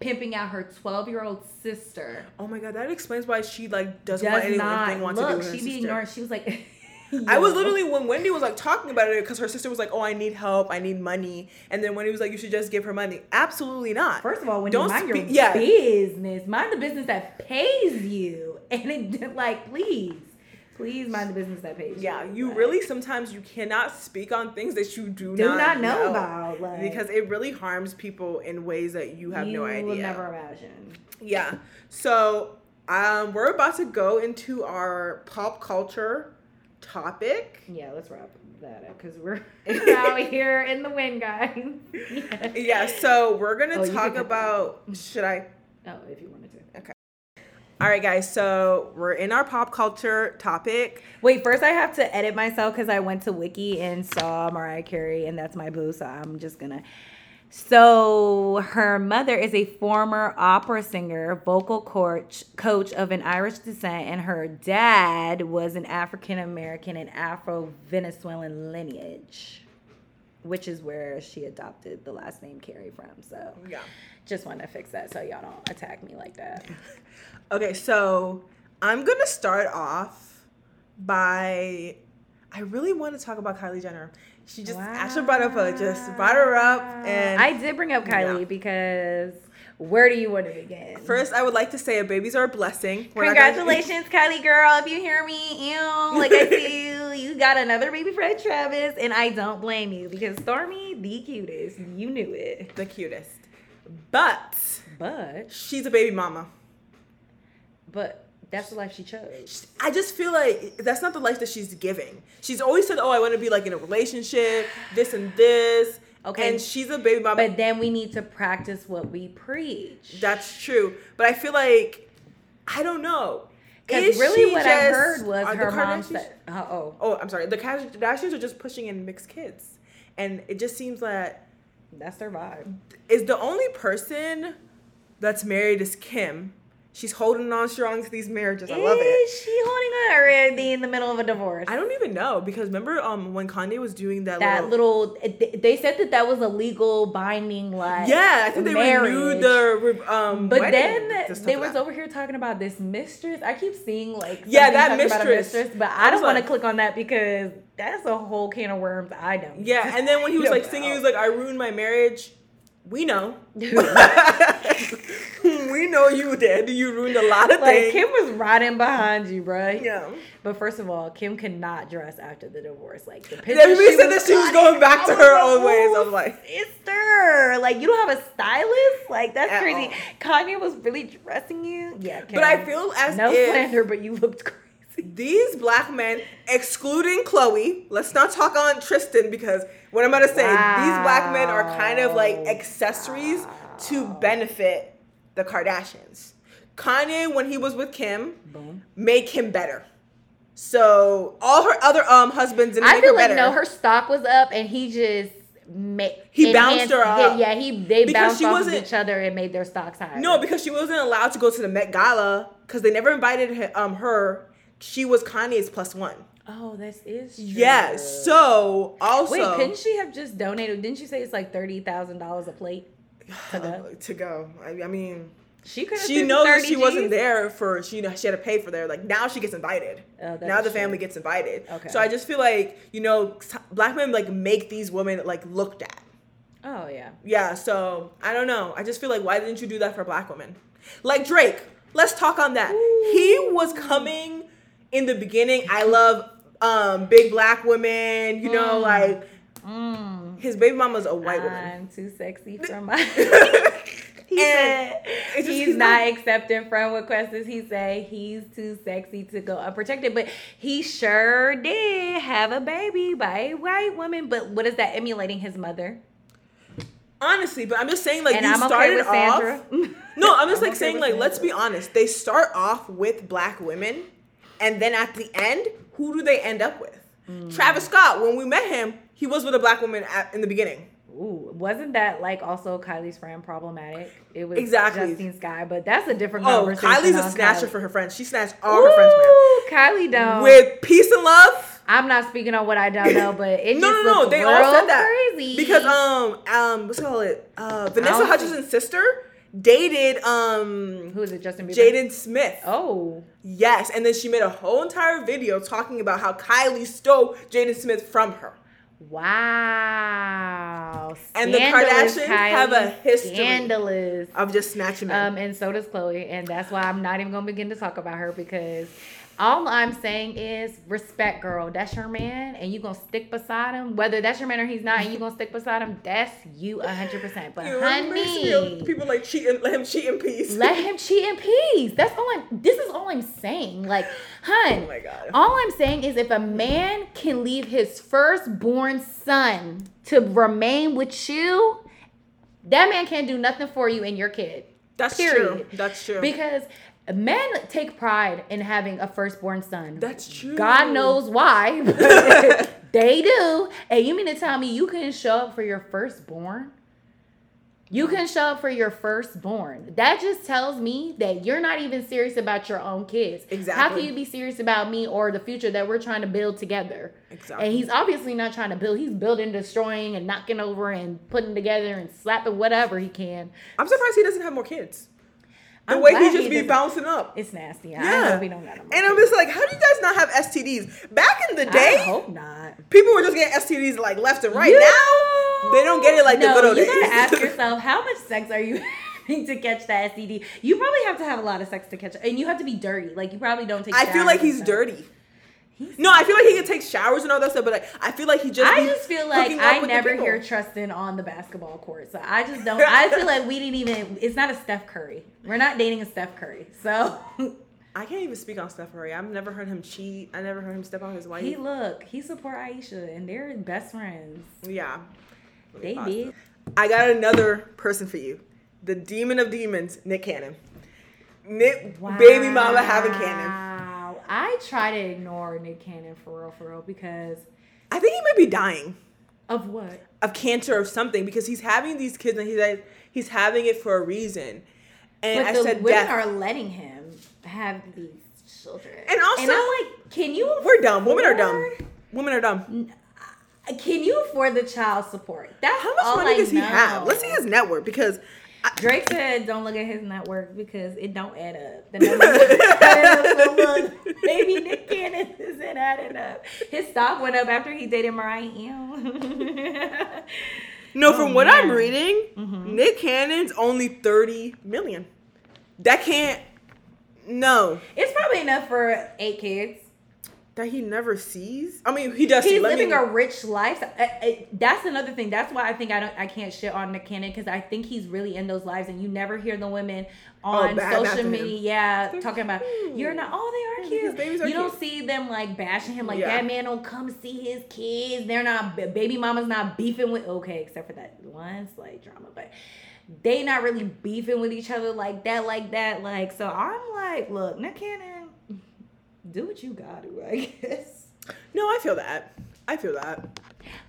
Speaker 2: pimping out her 12 year old sister.
Speaker 1: Oh my god, that explains why she like doesn't want
Speaker 2: Does
Speaker 1: anything
Speaker 2: not
Speaker 1: want to do
Speaker 2: look.
Speaker 1: with her
Speaker 2: She
Speaker 1: sister.
Speaker 2: be ignoring. She was like,
Speaker 1: I was
Speaker 2: yo.
Speaker 1: literally when Wendy was like talking about it because her sister was like, "Oh, I need help. I need money," and then Wendy was like, "You should just give her money." Absolutely not.
Speaker 2: First of all, when
Speaker 1: Don't
Speaker 2: you mind your
Speaker 1: speak- yeah.
Speaker 2: business, mind the business that pays you, and it like please, please mind the business that pays.
Speaker 1: Yeah,
Speaker 2: you,
Speaker 1: you
Speaker 2: Like,
Speaker 1: really sometimes you cannot speak on things that you do,
Speaker 2: do
Speaker 1: not,
Speaker 2: not know, about like,
Speaker 1: because it really harms people in ways that you have no idea.
Speaker 2: Will never imagine.
Speaker 1: Yeah. So um, we're about to go into our pop culture topic.
Speaker 2: Yeah, let's wrap that up because we're we're out here in the wind, guys.
Speaker 1: Yeah. So we're gonna
Speaker 2: Oh, you
Speaker 1: talk
Speaker 2: can cut that.
Speaker 1: about. Should I?
Speaker 2: Oh, if you wanted to.
Speaker 1: All right, guys. So we're in our pop culture topic.
Speaker 2: Wait, first I have to edit myself because I went to Wiki and saw Mariah Carey, and that's my boo. So I'm just gonna. So her mother is a former opera singer, vocal coach, coach of an Irish descent, and her dad was an African American and Afro Venezuelan lineage, which is where she adopted the last name Carey from. So
Speaker 1: Yeah.
Speaker 2: just want to fix that so y'all don't attack me like that.
Speaker 1: Okay. So I'm gonna start off by. I really want to talk about Kylie Jenner. She just Asha brought up a just brought her up and
Speaker 2: I did bring up Kylie
Speaker 1: Yeah.
Speaker 2: because where do you want to begin?
Speaker 1: First, I would like to say a babies are a blessing. We're not gonna-
Speaker 2: Congratulations, Kylie girl. If you hear me, ew, like I see you, you got another baby Fred Travis, and I don't blame you because Stormy, the cutest, you knew it.
Speaker 1: the cutest. But
Speaker 2: But,
Speaker 1: she's a baby mama.
Speaker 2: but that's the life she chose.
Speaker 1: I just feel like that's not the life that she's giving. She's always said, "Oh, I want to be like in a relationship, this and this."
Speaker 2: Okay.
Speaker 1: And she's a baby mama.
Speaker 2: But then we need to practice what we preach.
Speaker 1: that's true. But I feel like I don't know.
Speaker 2: Because
Speaker 1: Is
Speaker 2: really,
Speaker 1: she
Speaker 2: what I
Speaker 1: just-
Speaker 2: heard was
Speaker 1: are the
Speaker 2: her mom
Speaker 1: Kardashians-
Speaker 2: said, uh, "Oh,
Speaker 1: "Oh, I'm sorry. The Kardashians are just pushing in mixed kids." And it just seems that
Speaker 2: that's their vibe."
Speaker 1: is the only person that's married is Kim, She's holding on strong to these marriages. I love it.
Speaker 2: Is she holding on or are they in the middle of a divorce?
Speaker 1: I don't even know because remember um when Kanye was doing that,
Speaker 2: that little, they- they said that that was a legal binding like
Speaker 1: yeah, I think they renewed
Speaker 2: marriage.
Speaker 1: the re- um.
Speaker 2: But
Speaker 1: wedding
Speaker 2: then
Speaker 1: just
Speaker 2: they
Speaker 1: after
Speaker 2: was
Speaker 1: that.
Speaker 2: over here talking about this mistress. I keep seeing like
Speaker 1: Yeah,
Speaker 2: somebody
Speaker 1: that
Speaker 2: talking about a
Speaker 1: mistress.
Speaker 2: but I,
Speaker 1: I was
Speaker 2: don't want to
Speaker 1: like-
Speaker 2: click on that because that's a whole can of worms. I don't.
Speaker 1: Yeah, and then when he was
Speaker 2: No
Speaker 1: like singing, he was
Speaker 2: doubt.
Speaker 1: like, "I ruined my marriage." We know. we know you did. You ruined a lot of things.
Speaker 2: like Kim was riding behind you, bruh.
Speaker 1: yeah.
Speaker 2: But first of all, Kim could not dress after the divorce. Like the picture.
Speaker 1: Everybody said that she was
Speaker 2: got-
Speaker 1: going back to
Speaker 2: I
Speaker 1: her
Speaker 2: was
Speaker 1: old ways.
Speaker 2: "Oh,
Speaker 1: I'm like,
Speaker 2: sister, like you don't have a stylist. Like that's
Speaker 1: At
Speaker 2: crazy. Kanye was really dressing you. Yeah, Kim.
Speaker 1: but I feel as
Speaker 2: no
Speaker 1: if
Speaker 2: slander, but you looked crazy.
Speaker 1: these black men, excluding Chloe, let's not talk on Tristan because what I'm about to say, these black men are kind of like
Speaker 2: Wow.
Speaker 1: accessories to benefit the Kardashians. Kanye, when he was with Kim,
Speaker 2: Boom.
Speaker 1: make him better. So all her other um husbands didn't
Speaker 2: I
Speaker 1: make her
Speaker 2: feel like
Speaker 1: better.
Speaker 2: no, her stock was up, and he just made
Speaker 1: He bounced her up.
Speaker 2: Yeah, he they
Speaker 1: Because
Speaker 2: bounced
Speaker 1: she
Speaker 2: off of
Speaker 1: wasn't-
Speaker 2: each other and made their stocks higher.
Speaker 1: no, because she wasn't allowed to go to the Met Gala because they never invited her, um her. She was Kanye's plus one.
Speaker 2: oh, this is true.
Speaker 1: Yes. So also
Speaker 2: Wait, couldn't she have just donated? Didn't you say it's like thirty thousand dollars a plate? To go?
Speaker 1: to go. I, I mean,
Speaker 2: She could. have
Speaker 1: she
Speaker 2: threw the
Speaker 1: knows that
Speaker 2: 30
Speaker 1: she wasn't
Speaker 2: Gs.
Speaker 1: there for she she had to pay for there. Like now she gets invited.
Speaker 2: Oh, that
Speaker 1: now
Speaker 2: is
Speaker 1: the
Speaker 2: true.
Speaker 1: family gets invited.
Speaker 2: Okay.
Speaker 1: So I just feel like you know s- black men like make these women like looked at.
Speaker 2: Oh yeah.
Speaker 1: Yeah, so I don't know. I just feel like why didn't you do that for black women? Like Drake, let's talk on that. He was coming in the beginning. I love um big black women, you
Speaker 2: Mm.
Speaker 1: know, like his baby mama's a white woman.
Speaker 2: I'm too sexy for my. He
Speaker 1: And
Speaker 2: said
Speaker 1: it's just-
Speaker 2: he's
Speaker 1: he's
Speaker 2: not
Speaker 1: not-
Speaker 2: accepting friend requests. as He said he's too sexy to go unprotected, but he sure did have a baby by a white woman. But what is that emulating his mother?
Speaker 1: Honestly, but I'm just saying like
Speaker 2: And
Speaker 1: you
Speaker 2: I'm okay
Speaker 1: started
Speaker 2: with Sandra.
Speaker 1: off No, I'm just like
Speaker 2: I'm okay
Speaker 1: saying
Speaker 2: with
Speaker 1: like
Speaker 2: that.
Speaker 1: let's be honest. They start off with black women and then at the end, who do they end up with?
Speaker 2: Hmm.
Speaker 1: Travis Scott, when we met him, he was with a black woman at, in the beginning.
Speaker 2: Ooh, wasn't that like also Kylie's friend problematic? It was
Speaker 1: Exactly.
Speaker 2: Justine's guy, but that's a different
Speaker 1: Oh,
Speaker 2: conversation.
Speaker 1: Kylie's
Speaker 2: on
Speaker 1: a snatcher
Speaker 2: Kylie.
Speaker 1: for her friends. She snatched all her friends' man.
Speaker 2: Ooh, Kylie don't.
Speaker 1: With peace and love.
Speaker 2: I'm not speaking on what I don't know, but it
Speaker 1: No,
Speaker 2: just
Speaker 1: no, no.
Speaker 2: looks
Speaker 1: They all said
Speaker 2: real
Speaker 1: that
Speaker 2: crazy
Speaker 1: because um um what's it called it uh Vanessa
Speaker 2: don't
Speaker 1: Hutchinson's sister dated um
Speaker 2: who is it? Justin Bieber.
Speaker 1: Jaden Smith.
Speaker 2: Oh,
Speaker 1: Yes, and then she made a whole entire video talking about how Kylie stole Jaden Smith from her.
Speaker 2: wow.
Speaker 1: And the
Speaker 2: Scandalous,
Speaker 1: Kardashians have a history.
Speaker 2: Scandalous.
Speaker 1: Of just snatching men.
Speaker 2: Um, and so does Chloe, and that's why I'm not even gonna begin to talk about her because all I'm saying is respect, girl. That's your man, and you gonna stick beside him, whether that's your man or he's not, and you gonna stick beside him. That's you 100. percent But
Speaker 1: You know, it makes me feel-
Speaker 2: honey,
Speaker 1: people like cheat and let him cheat in peace.
Speaker 2: let him cheat in peace. That's all I'm. This is all I'm saying. Like, hun.
Speaker 1: Oh my God.
Speaker 2: All I'm saying is, if a man can leave his firstborn son to remain with you, that man can't do nothing for you and your kid.
Speaker 1: That's true.
Speaker 2: period.
Speaker 1: That's true.
Speaker 2: Because men take pride in having a firstborn son.
Speaker 1: That's true.
Speaker 2: God knows why. but they do. And you mean to tell me you couldn't show up for your firstborn? You can show up for your firstborn. That just tells me that you're not even serious about your own kids. How
Speaker 1: Exactly.
Speaker 2: can you be serious about me or the future that we're trying to build together?
Speaker 1: Exactly.
Speaker 2: And he's obviously not trying to build. He's building, destroying, and knocking over and putting together and slapping whatever he can.
Speaker 1: I'm surprised he doesn't have more kids. The
Speaker 2: I'm
Speaker 1: way
Speaker 2: glad
Speaker 1: he just
Speaker 2: he
Speaker 1: be
Speaker 2: doesn't.
Speaker 1: bouncing up.
Speaker 2: It's nasty. I
Speaker 1: Yeah.
Speaker 2: hope we don't got them.
Speaker 1: And I'm just like, how do you guys not have STDs? Back in the
Speaker 2: I
Speaker 1: day,
Speaker 2: hope not.
Speaker 1: people were just getting STDs like left and right.
Speaker 2: You-
Speaker 1: Now they don't get it like
Speaker 2: no,
Speaker 1: the good old
Speaker 2: you
Speaker 1: days.
Speaker 2: gotta ask yourself how much sex are you having to catch the STD? You probably have to have a lot of sex to catch, and you have to be dirty. Like you probably don't take.
Speaker 1: I feel
Speaker 2: showers
Speaker 1: like
Speaker 2: and
Speaker 1: he's
Speaker 2: stuff.
Speaker 1: dirty.
Speaker 2: He's-
Speaker 1: No, I feel like he can take showers and all that stuff, but like I feel like he just.
Speaker 2: I
Speaker 1: be
Speaker 2: just feel like
Speaker 1: hooking up
Speaker 2: I
Speaker 1: with the
Speaker 2: never
Speaker 1: people.
Speaker 2: hear Tristan on the basketball court, so I just don't. I feel like we didn't even. It's not a Steph Curry. We're not dating a Steph Curry, so
Speaker 1: I can't even speak on Steph Curry. I've never heard him cheat. I never heard him step on his wife.
Speaker 2: he look. He support Aisha, and they're best friends.
Speaker 1: yeah. Let me
Speaker 2: They
Speaker 1: pause
Speaker 2: did.
Speaker 1: this. I got another person for you, the demon of demons, Nick Cannon. Nick, baby mama having Cannon.
Speaker 2: Wow. I try to ignore Nick Cannon for real, for real, because
Speaker 1: I think he might be dying.
Speaker 2: of what?
Speaker 1: of cancer or something because he's having these kids and he's like, he's having it for a reason. And
Speaker 2: But
Speaker 1: I
Speaker 2: the
Speaker 1: said
Speaker 2: women
Speaker 1: death.
Speaker 2: are letting him have these children.
Speaker 1: And also-
Speaker 2: I'm like, can you?
Speaker 1: We're dumb. Women are dumb.
Speaker 2: afford-
Speaker 1: Women are dumb.
Speaker 2: Can you afford the child support? That's
Speaker 1: How much
Speaker 2: all
Speaker 1: money
Speaker 2: I
Speaker 1: does he
Speaker 2: know.
Speaker 1: have? Let's see his net worth because
Speaker 2: Drake said, "Don't look at his network because it don't add up." The numbers don't add up. So look, baby Nick Cannon isn't adding up. His stock went up after he dated Mariah M.
Speaker 1: no, from what I'm
Speaker 2: Oh, man. Mm-hmm.
Speaker 1: reading, Nick Cannon's only thirty million. That can't. No,
Speaker 2: it's probably enough for eight kids.
Speaker 1: that he never sees. I mean, he does. see.
Speaker 2: He's
Speaker 1: Let me-
Speaker 2: living a rich life. Uh, uh, that's another thing. That's why I think I don't. I can't shit on Nick Cannon because I think he's really in those lives, and you never hear the women on
Speaker 1: Oh, bad
Speaker 2: social
Speaker 1: bathroom.
Speaker 2: media, yeah, talking about
Speaker 1: cute.
Speaker 2: you're not. Oh, they are
Speaker 1: His
Speaker 2: cute.
Speaker 1: babies are
Speaker 2: you don't
Speaker 1: cute.
Speaker 2: see them like bashing him like
Speaker 1: Yeah.
Speaker 2: that man don't come see his kids. They're not b- baby mama's not beefing with okay, except for that one slight drama, but they not really beefing with each other like that, like that, like. So I'm like, look, Nick Cannon, do what you gotta, do, I guess.
Speaker 1: No, I feel that. I feel that.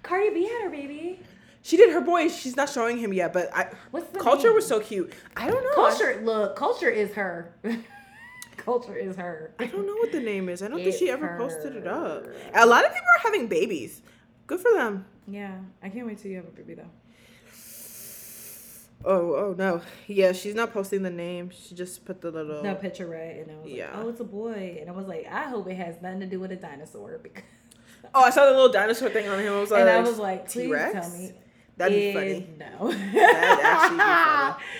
Speaker 2: Cardi B had her baby.
Speaker 1: She did her boys. She's not showing him yet, but I.
Speaker 2: What's the
Speaker 1: culture
Speaker 2: name?
Speaker 1: was so cute. I don't know.
Speaker 2: Culture, look, culture is her. culture is her.
Speaker 1: I don't know what the name is. I don't think
Speaker 2: It's
Speaker 1: she ever posted it up.
Speaker 2: her.
Speaker 1: A lot of people are having babies. Good for them.
Speaker 2: Yeah, I can't wait till you have a baby though.
Speaker 1: Oh, oh no. Yeah, she's not posting the name. She just put the little.
Speaker 2: The picture right, and I was
Speaker 1: Oh. Yeah.
Speaker 2: like, oh, it's a boy, and I was like, I hope it has nothing to do with a dinosaur because.
Speaker 1: Oh, I saw the little dinosaur thing on him. I was like,
Speaker 2: and I was like, please
Speaker 1: T-Rex?
Speaker 2: tell me.
Speaker 1: That'd be
Speaker 2: it-
Speaker 1: funny.
Speaker 2: No.
Speaker 1: That'd actually
Speaker 2: be funny.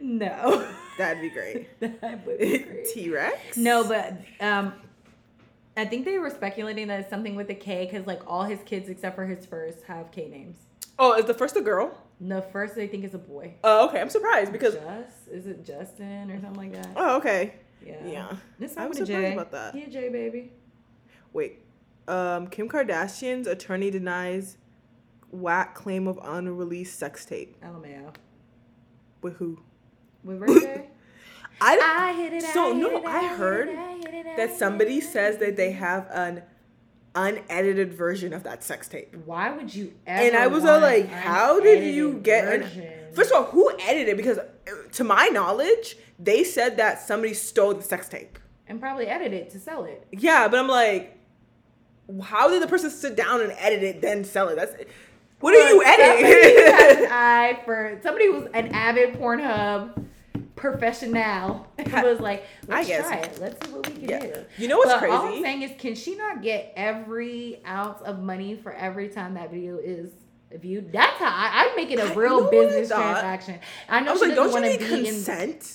Speaker 2: No.
Speaker 1: That'd be great.
Speaker 2: that would be great.
Speaker 1: T Rex.
Speaker 2: No, but um, I think they were speculating that it's something with a K because like all his kids except for his first have K names.
Speaker 1: Oh, is the first a girl?
Speaker 2: The first they think is a boy.
Speaker 1: Oh, okay. I'm surprised because.
Speaker 2: Just is it Justin or something like that?
Speaker 1: Oh, okay.
Speaker 2: Yeah.
Speaker 1: yeah.
Speaker 2: This
Speaker 1: I
Speaker 2: I
Speaker 1: was
Speaker 2: was
Speaker 1: surprised
Speaker 2: Jay.
Speaker 1: about that.
Speaker 2: He a Jay baby.
Speaker 1: Wait. Um, Kim Kardashian's attorney denies whack claim of unreleased sex tape.
Speaker 2: LMAO.
Speaker 1: With who?
Speaker 2: With Ray J?
Speaker 1: I don't-
Speaker 2: I hit it.
Speaker 1: So,
Speaker 2: I hit
Speaker 1: no,
Speaker 2: it,
Speaker 1: I
Speaker 2: hit it,
Speaker 1: heard
Speaker 2: I hit it, I hit
Speaker 1: that
Speaker 2: it,
Speaker 1: somebody
Speaker 2: I hit
Speaker 1: says
Speaker 2: it.
Speaker 1: that they have an unedited version of that sex tape.
Speaker 2: Why would you ever?
Speaker 1: And I was all
Speaker 2: want
Speaker 1: like,
Speaker 2: an
Speaker 1: how did you
Speaker 2: edited
Speaker 1: get
Speaker 2: version?
Speaker 1: an. First of all, who edited it? Because uh, to my knowledge, they said that somebody stole the sex tape.
Speaker 2: and probably edit it to sell it.
Speaker 1: Yeah, but I'm like, how did the person sit down and edit it, then sell it? That's. What are
Speaker 2: But
Speaker 1: you
Speaker 2: Somebody had an
Speaker 1: editing?
Speaker 2: eye for somebody was an avid Pornhub professional and was like, let's
Speaker 1: guess.
Speaker 2: try it. Let's see what we can
Speaker 1: Yeah.
Speaker 2: do.
Speaker 1: You know what's
Speaker 2: But All I'm
Speaker 1: crazy?
Speaker 2: saying is, can she not get every ounce of money for every time that video is viewed? That's how I, I'm making
Speaker 1: I-
Speaker 2: a
Speaker 1: you know
Speaker 2: real
Speaker 1: what I
Speaker 2: business
Speaker 1: thought?
Speaker 2: transaction. I know
Speaker 1: I was
Speaker 2: she
Speaker 1: like,
Speaker 2: doesn't
Speaker 1: don't
Speaker 2: want
Speaker 1: you need
Speaker 2: to be in.
Speaker 1: consent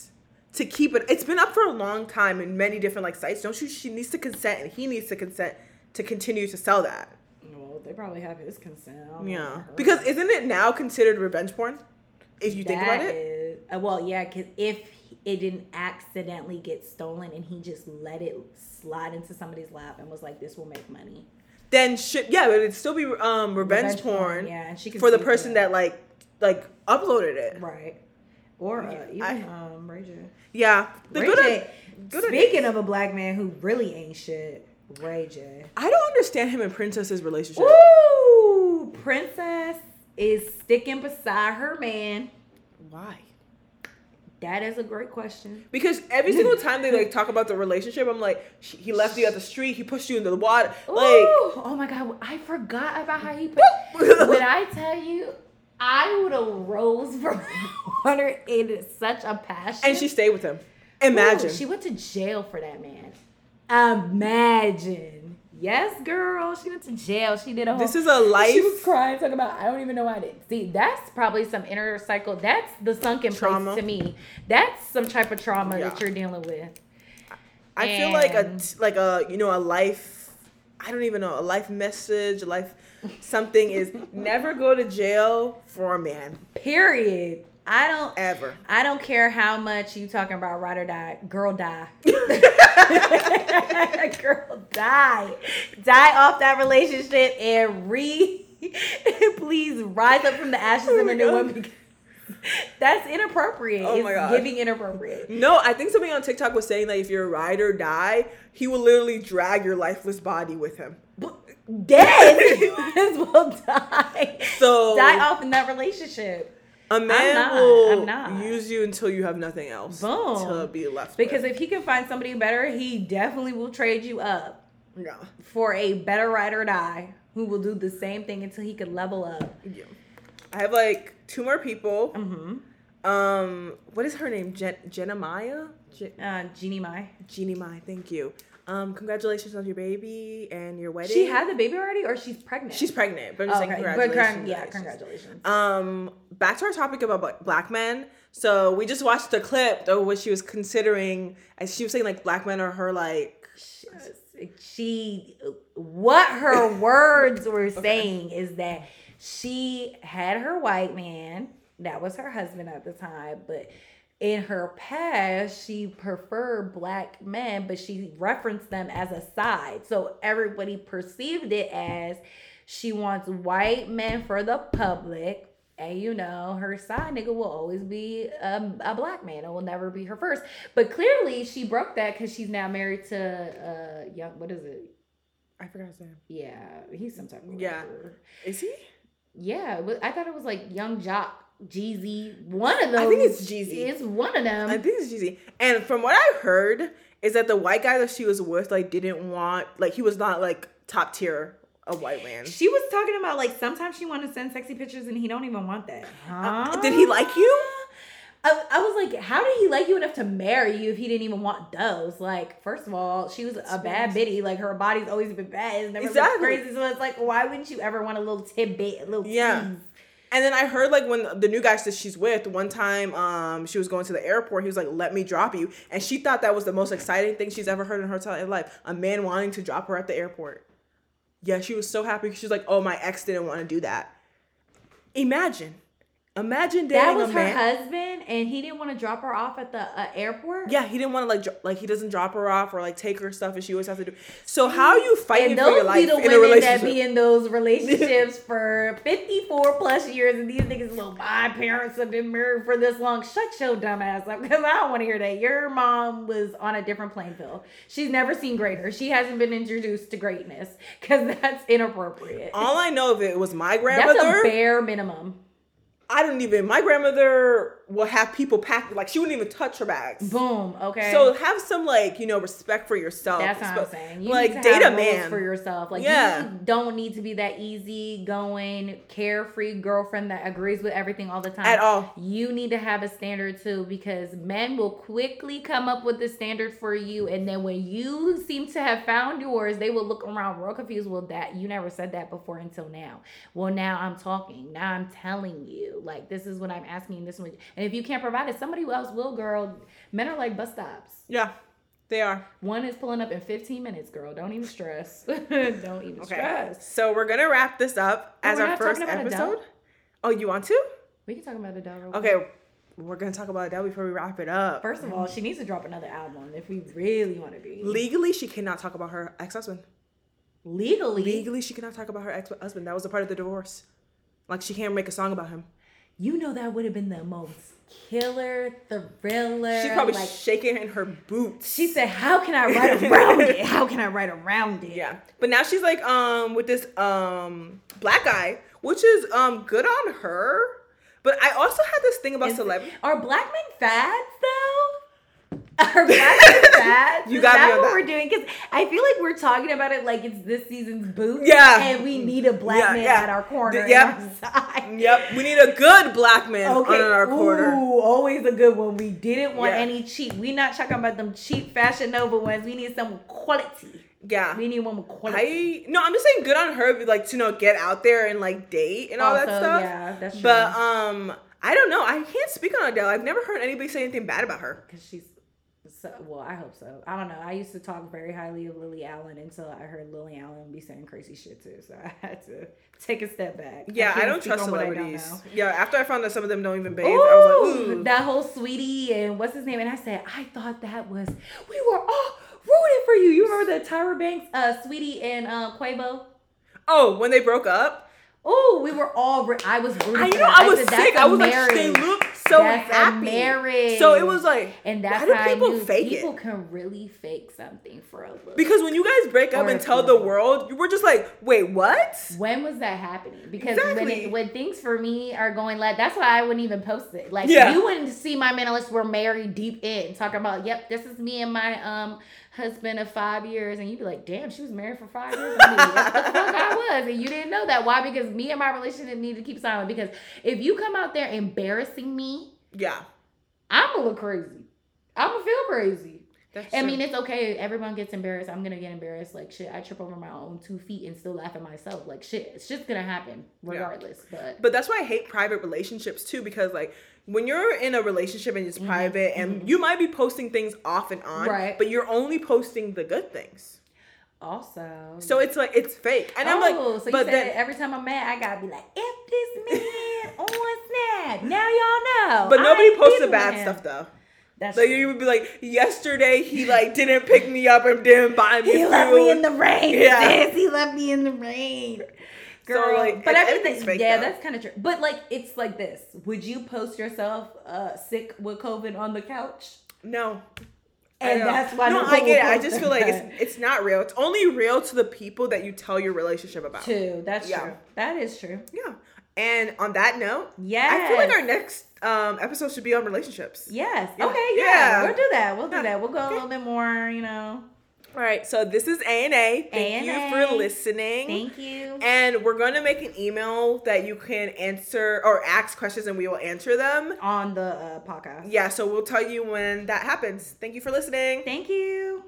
Speaker 1: to keep it? It's been up for a long time in many different like sites. Don't you? She needs to consent, and he needs to consent to continue to sell that.
Speaker 2: Well, they probably have his consent. I don't know
Speaker 1: Yeah,
Speaker 2: her.
Speaker 1: because isn't it now considered revenge porn? If you think about it,
Speaker 2: That is- uh, well, yeah, because if it didn't accidentally get stolen and he just let it slide into somebody's lap and was like, "This will make money."
Speaker 1: then shit. Yeah, but it'd still be um revenge,
Speaker 2: Revenge
Speaker 1: porn.
Speaker 2: porn, yeah, and she can
Speaker 1: for the
Speaker 2: sue for
Speaker 1: person that.
Speaker 2: that.
Speaker 1: like like uploaded it.
Speaker 2: Right. Or uh, even
Speaker 1: I-
Speaker 2: um, Ray J.
Speaker 1: Yeah, the
Speaker 2: Ray
Speaker 1: good.
Speaker 2: J.
Speaker 1: good on
Speaker 2: speaking of a black man who really ain't shit, Ray J.
Speaker 1: I don't understand him and Princess's relationship.
Speaker 2: Ooh, princess is sticking beside her man.
Speaker 1: Why?
Speaker 2: That is a great question.
Speaker 1: Because every single time they like talk about the relationship, I'm like, "She- he left you at the street, he pushed you into the water.
Speaker 2: Ooh,
Speaker 1: Like,
Speaker 2: oh my god, I forgot about how he. Put, when I tell you, I would have rose from water in such a passion.
Speaker 1: and she stayed with him.
Speaker 2: Ooh,
Speaker 1: Imagine.
Speaker 2: she went to jail for that man. Imagine. Yes, girl. She went to jail. She did a whole.
Speaker 1: this is a life.
Speaker 3: She was crying, talking about I don't even know why I did.
Speaker 2: See, that's probably some inner cycle. That's the sunken
Speaker 1: Trauma.
Speaker 2: place to me. That's some type of trauma
Speaker 1: Yeah.
Speaker 2: that you're dealing with.
Speaker 1: I feel like a
Speaker 2: And-
Speaker 1: t- like a you know a life I don't even know a life message a life something is never go to jail for a man
Speaker 2: Period. I don't.
Speaker 1: ever.
Speaker 2: I don't care how much you talking about ride or die, girl die. girl die. Die off that relationship and re please rise up from the ashes
Speaker 1: Oh
Speaker 2: in
Speaker 1: my
Speaker 2: a new
Speaker 1: God.
Speaker 2: one. because That's inappropriate.
Speaker 1: Oh
Speaker 2: it's
Speaker 1: my God.
Speaker 2: giving inappropriate.
Speaker 1: No, I think somebody on TikTok was saying that if you're a ride or die, he will literally drag your lifeless body with him.
Speaker 2: Dead humans will die.
Speaker 1: So
Speaker 2: Die off in that relationship.
Speaker 1: A man
Speaker 2: not,
Speaker 1: will
Speaker 2: I'm not.
Speaker 1: use you until you have nothing else
Speaker 2: Boom.
Speaker 1: to be left
Speaker 2: Because
Speaker 1: with.
Speaker 2: if he can find somebody better, he definitely will trade you up
Speaker 1: yeah.
Speaker 2: for a better ride or die who will do the same thing until he can level up.
Speaker 1: yeah. I have like two more people.
Speaker 2: Mm-hmm.
Speaker 1: Um, what is her name? Jen- Jenemiah? Je-
Speaker 2: Uh, Jeannie Mai.
Speaker 1: Jeannie Mai, thank you. Um, congratulations on your baby and your wedding.
Speaker 2: She had the baby already, or she's pregnant.
Speaker 1: She's pregnant, but I'm
Speaker 2: Oh,
Speaker 1: just saying
Speaker 2: okay. But con-
Speaker 1: congratulations.
Speaker 2: yeah, congratulations.
Speaker 1: Um, back to our topic about bla- black men. So we just watched the clip of what she was considering. and She was saying like black men are her like
Speaker 2: She, she- what her words were saying is that she had her white man that was her husband at the time, but in her past she preferred black men, but she referenced them as a side, so everybody perceived it as she wants white men for the public. And you know, her side nigga will always be um, a black man. It will never be her first. But clearly, she broke that because she's now married to uh, young. What is it?
Speaker 1: I forgot his name.
Speaker 2: Yeah, he's some type of
Speaker 1: Yeah.
Speaker 2: rapper.
Speaker 1: Is he?
Speaker 2: yeah. it was- I thought it was like Young Jock, Jeezy, one of those.
Speaker 1: I think it's Jeezy.
Speaker 2: It's one of them.
Speaker 1: I think it's Jeezy. And from what I heard is that the white guy that she was with like didn't want like he was not like top tier of white man.
Speaker 2: she was talking about like sometimes she want to send sexy pictures and he don't even want that. Uh, Huh?
Speaker 1: Did he like you?
Speaker 2: I, I was like, how did he like you enough to marry you if he didn't even want those? Like, first of all, she was a bad bitty. Like, her body's always been bad. It's never
Speaker 1: Exactly.
Speaker 2: looked crazy. So it's like, why wouldn't you ever want a little tidbit, a little
Speaker 1: Yeah.
Speaker 2: tease?
Speaker 1: And then I heard like when the new guys that she's with, one time um she was going to the airport, he was like, Let me drop you. And she thought that was the most exciting thing she's ever heard in her entire life. A man wanting to drop her at the airport. Yeah, she was so happy. She's like, Oh, my ex didn't want to do that. Imagine. Imagine
Speaker 2: That
Speaker 1: dating
Speaker 2: was
Speaker 1: a
Speaker 2: her
Speaker 1: man.
Speaker 2: husband, and he didn't want to drop her off at the uh, airport.
Speaker 1: yeah, he didn't want to like dro- like he doesn't drop her off or like take her stuff, and she always has to do. So how are you fighting
Speaker 2: And
Speaker 1: for your
Speaker 2: those be
Speaker 1: life
Speaker 2: the
Speaker 1: in a
Speaker 2: women that
Speaker 1: relationship?
Speaker 2: be in those relationships for 54 plus years, and these niggas, well, my parents have been married for this long. Shut your dumb ass up, because I don't want to hear that. Your mom was on a different playing field. She's never seen greater. She hasn't been introduced to greatness, because that's inappropriate.
Speaker 1: All I know of it was my
Speaker 2: That's a
Speaker 1: grandmother.
Speaker 2: bare minimum.
Speaker 1: I don't even. My grandmother will have people pack like she wouldn't even touch her bags.
Speaker 2: Boom. Okay.
Speaker 1: So have some like you know respect for yourself.
Speaker 2: That's what I'm
Speaker 1: Respe-
Speaker 2: saying. You
Speaker 1: like
Speaker 2: need to
Speaker 1: date
Speaker 2: have
Speaker 1: a
Speaker 2: goals
Speaker 1: man
Speaker 2: for yourself. Like
Speaker 1: Yeah.
Speaker 2: you don't need to be that easy going, carefree girlfriend that agrees with everything all the time.
Speaker 1: at all.
Speaker 2: You need to have a standard too because men will quickly come up with a standard for you and then when you seem to have found yours, they will look around real confused. Well, that you never said that before until now. Well, now I'm talking. Now I'm telling you. Like this is what I'm asking this one. And if you can't provide it, somebody else will, girl. Men are like bus stops.
Speaker 1: Yeah, they are.
Speaker 2: One is pulling up in 15 minutes, girl. Don't even stress. Don't even stress.
Speaker 1: So we're gonna wrap this up
Speaker 2: Oh,
Speaker 1: as
Speaker 2: we're
Speaker 1: our
Speaker 2: not
Speaker 1: first
Speaker 2: talking about
Speaker 1: episode.
Speaker 2: Adele?
Speaker 1: Oh, you want to?
Speaker 2: We can talk about Adele real quick.
Speaker 1: Okay, we're gonna talk about Adele before we wrap it up.
Speaker 2: First of all, she needs to drop another album if we really want to be.
Speaker 1: Legally, she cannot talk about her ex-husband.
Speaker 2: legally,
Speaker 1: Legally, she cannot talk about her ex-husband. That was a part of the divorce. Like she can't make a song about him.
Speaker 2: you know that would have been the most killer thriller.
Speaker 1: She's probably
Speaker 2: like,
Speaker 1: shaking in her boots.
Speaker 2: she said, How can I write around it? How can I write around it?
Speaker 1: Yeah, but now she's like um with this um black guy, which is um good on her. But I also had this thing about
Speaker 2: Is-
Speaker 1: celebrity.
Speaker 2: Are black men fads though? Are black men fads?
Speaker 1: You
Speaker 2: Is
Speaker 1: got me
Speaker 2: that
Speaker 1: on
Speaker 2: what
Speaker 1: that.
Speaker 2: we're doing? Because I feel like we're talking about it like it's this season's boot.
Speaker 1: Yeah.
Speaker 2: And we need a black
Speaker 1: Yeah,
Speaker 2: man
Speaker 1: yeah.
Speaker 2: at our corner.
Speaker 1: The-
Speaker 2: and
Speaker 1: yep.
Speaker 2: our side.
Speaker 1: Yep, we need a good black man
Speaker 2: Okay.
Speaker 1: on our corner.
Speaker 2: Ooh, always a good one. We didn't want
Speaker 1: Yeah.
Speaker 2: any cheap. We not talking about them cheap fashion nova ones. We need some quality.
Speaker 1: Yeah.
Speaker 2: We need one with quality.
Speaker 1: I no, I'm just saying good on her, but like to you know get out there and like date and all that
Speaker 2: Also,
Speaker 1: stuff.
Speaker 2: yeah, that's true.
Speaker 1: But um, I don't know. I can't speak on Adele. I've never heard anybody say anything bad about her.
Speaker 2: Because she's so well, I hope so. I don't know. I used to talk very highly of Lily Allen until I heard Lily Allen be saying crazy shit too. So I had to take a step back.
Speaker 1: Yeah, I,
Speaker 2: can't
Speaker 1: don't
Speaker 2: speak
Speaker 1: trust
Speaker 2: on what I don't
Speaker 1: celebrities.
Speaker 2: know.
Speaker 1: yeah, after I found out some of them don't even bathe, I was like,
Speaker 2: Ooh,
Speaker 1: ooh.
Speaker 2: that whole sweetie and what's his name? And I said, I thought that was we were all rooting for you. You remember the Tyra Banks, uh, sweetie and uh, Quavo.
Speaker 1: oh, when they broke up,
Speaker 2: Oh, we were all. Re- I was. Rooting
Speaker 1: I
Speaker 2: for
Speaker 1: you know
Speaker 2: that.
Speaker 1: I was
Speaker 2: said,
Speaker 1: sick.
Speaker 2: "That's a
Speaker 1: I was like,
Speaker 2: marriage."
Speaker 1: they look so so
Speaker 4: that's
Speaker 1: happy.
Speaker 4: a marriage.
Speaker 1: So it was like,
Speaker 4: and that's
Speaker 1: why do
Speaker 4: how I
Speaker 1: people
Speaker 4: knew
Speaker 1: fake it?
Speaker 4: people can really fake something for a little.
Speaker 1: because when you guys break up
Speaker 4: Or
Speaker 1: and
Speaker 4: a
Speaker 1: tell the
Speaker 4: feeling.
Speaker 1: world, you were just like, wait, what?
Speaker 4: when was that happening? Because when
Speaker 1: Exactly.
Speaker 4: it, when things for me are going like that's why I wouldn't even post it. Like
Speaker 1: Yeah.
Speaker 4: you wouldn't see my man unless we're married deep in talking about yep this is me and my um husband of five years and you'd be like damn she was married for five years. with me. That's the fuck I was and you didn't know that why because me and my relationship need to keep silent because if you come out there embarrassing me
Speaker 1: Yeah.
Speaker 4: I'm gonna look crazy. I'm gonna feel crazy.
Speaker 1: That's
Speaker 4: I mean, it's okay. Everyone gets embarrassed. I'm gonna get embarrassed. Like shit, I trip over my own two feet and still laugh at myself. Like shit, shit's gonna happen regardless. But
Speaker 1: But that's why I hate private relationships too, because like when you're in a relationship and it's private, and you might be posting things off and on,
Speaker 4: Right.
Speaker 1: But you're only posting the good things,
Speaker 4: also,
Speaker 1: so it's like it's fake. And
Speaker 2: oh,
Speaker 1: I'm like,
Speaker 2: so you
Speaker 1: but
Speaker 2: said
Speaker 1: then,
Speaker 2: every time I'm mad, I gotta be like, "F this man on Snap." Now y'all know.
Speaker 1: but
Speaker 2: I
Speaker 1: nobody
Speaker 2: ain't
Speaker 1: posts the
Speaker 2: dealing
Speaker 1: bad
Speaker 2: with him.
Speaker 1: stuff though.
Speaker 2: That's
Speaker 1: Like you would be like, yesterday he like didn't pick me up and didn't buy me
Speaker 2: He
Speaker 1: food.
Speaker 2: left me in the rain.
Speaker 1: Yeah.
Speaker 2: sis. He left me in the rain.
Speaker 1: So,
Speaker 2: Girl,
Speaker 1: like,
Speaker 2: but
Speaker 1: if
Speaker 2: I mean,
Speaker 1: everything's
Speaker 2: that-
Speaker 1: fake,
Speaker 2: yeah,
Speaker 1: though.
Speaker 2: that's kind of true. But like, it's like this: Would you post yourself uh, sick with COVID on the couch?
Speaker 1: no, I
Speaker 2: And
Speaker 1: know.
Speaker 2: that's why
Speaker 1: no,
Speaker 2: Nicole
Speaker 1: I get it. I
Speaker 2: posted
Speaker 1: just feel like
Speaker 2: that.
Speaker 1: it's it's not real. It's only real to the people that you tell your relationship about.
Speaker 2: True. That's
Speaker 1: Yeah.
Speaker 2: true. That is true.
Speaker 1: Yeah. And on that note,
Speaker 2: Yes.
Speaker 1: I feel like our next um, episode should be on relationships.
Speaker 2: Yes.
Speaker 1: Yeah.
Speaker 2: Okay. Yeah.
Speaker 1: Yeah.
Speaker 2: We'll do that. We'll do
Speaker 1: Yeah.
Speaker 2: that. We'll go a little bit more. You know.
Speaker 1: All right. So this is A and A. Thank you for
Speaker 2: A&A.
Speaker 1: listening.
Speaker 2: Thank you.
Speaker 1: and we're going to make an email that you can answer or ask questions and we will answer them.
Speaker 2: On the uh, podcast.
Speaker 1: Yeah, so we'll tell you when that happens. Thank you for listening.
Speaker 2: Thank you.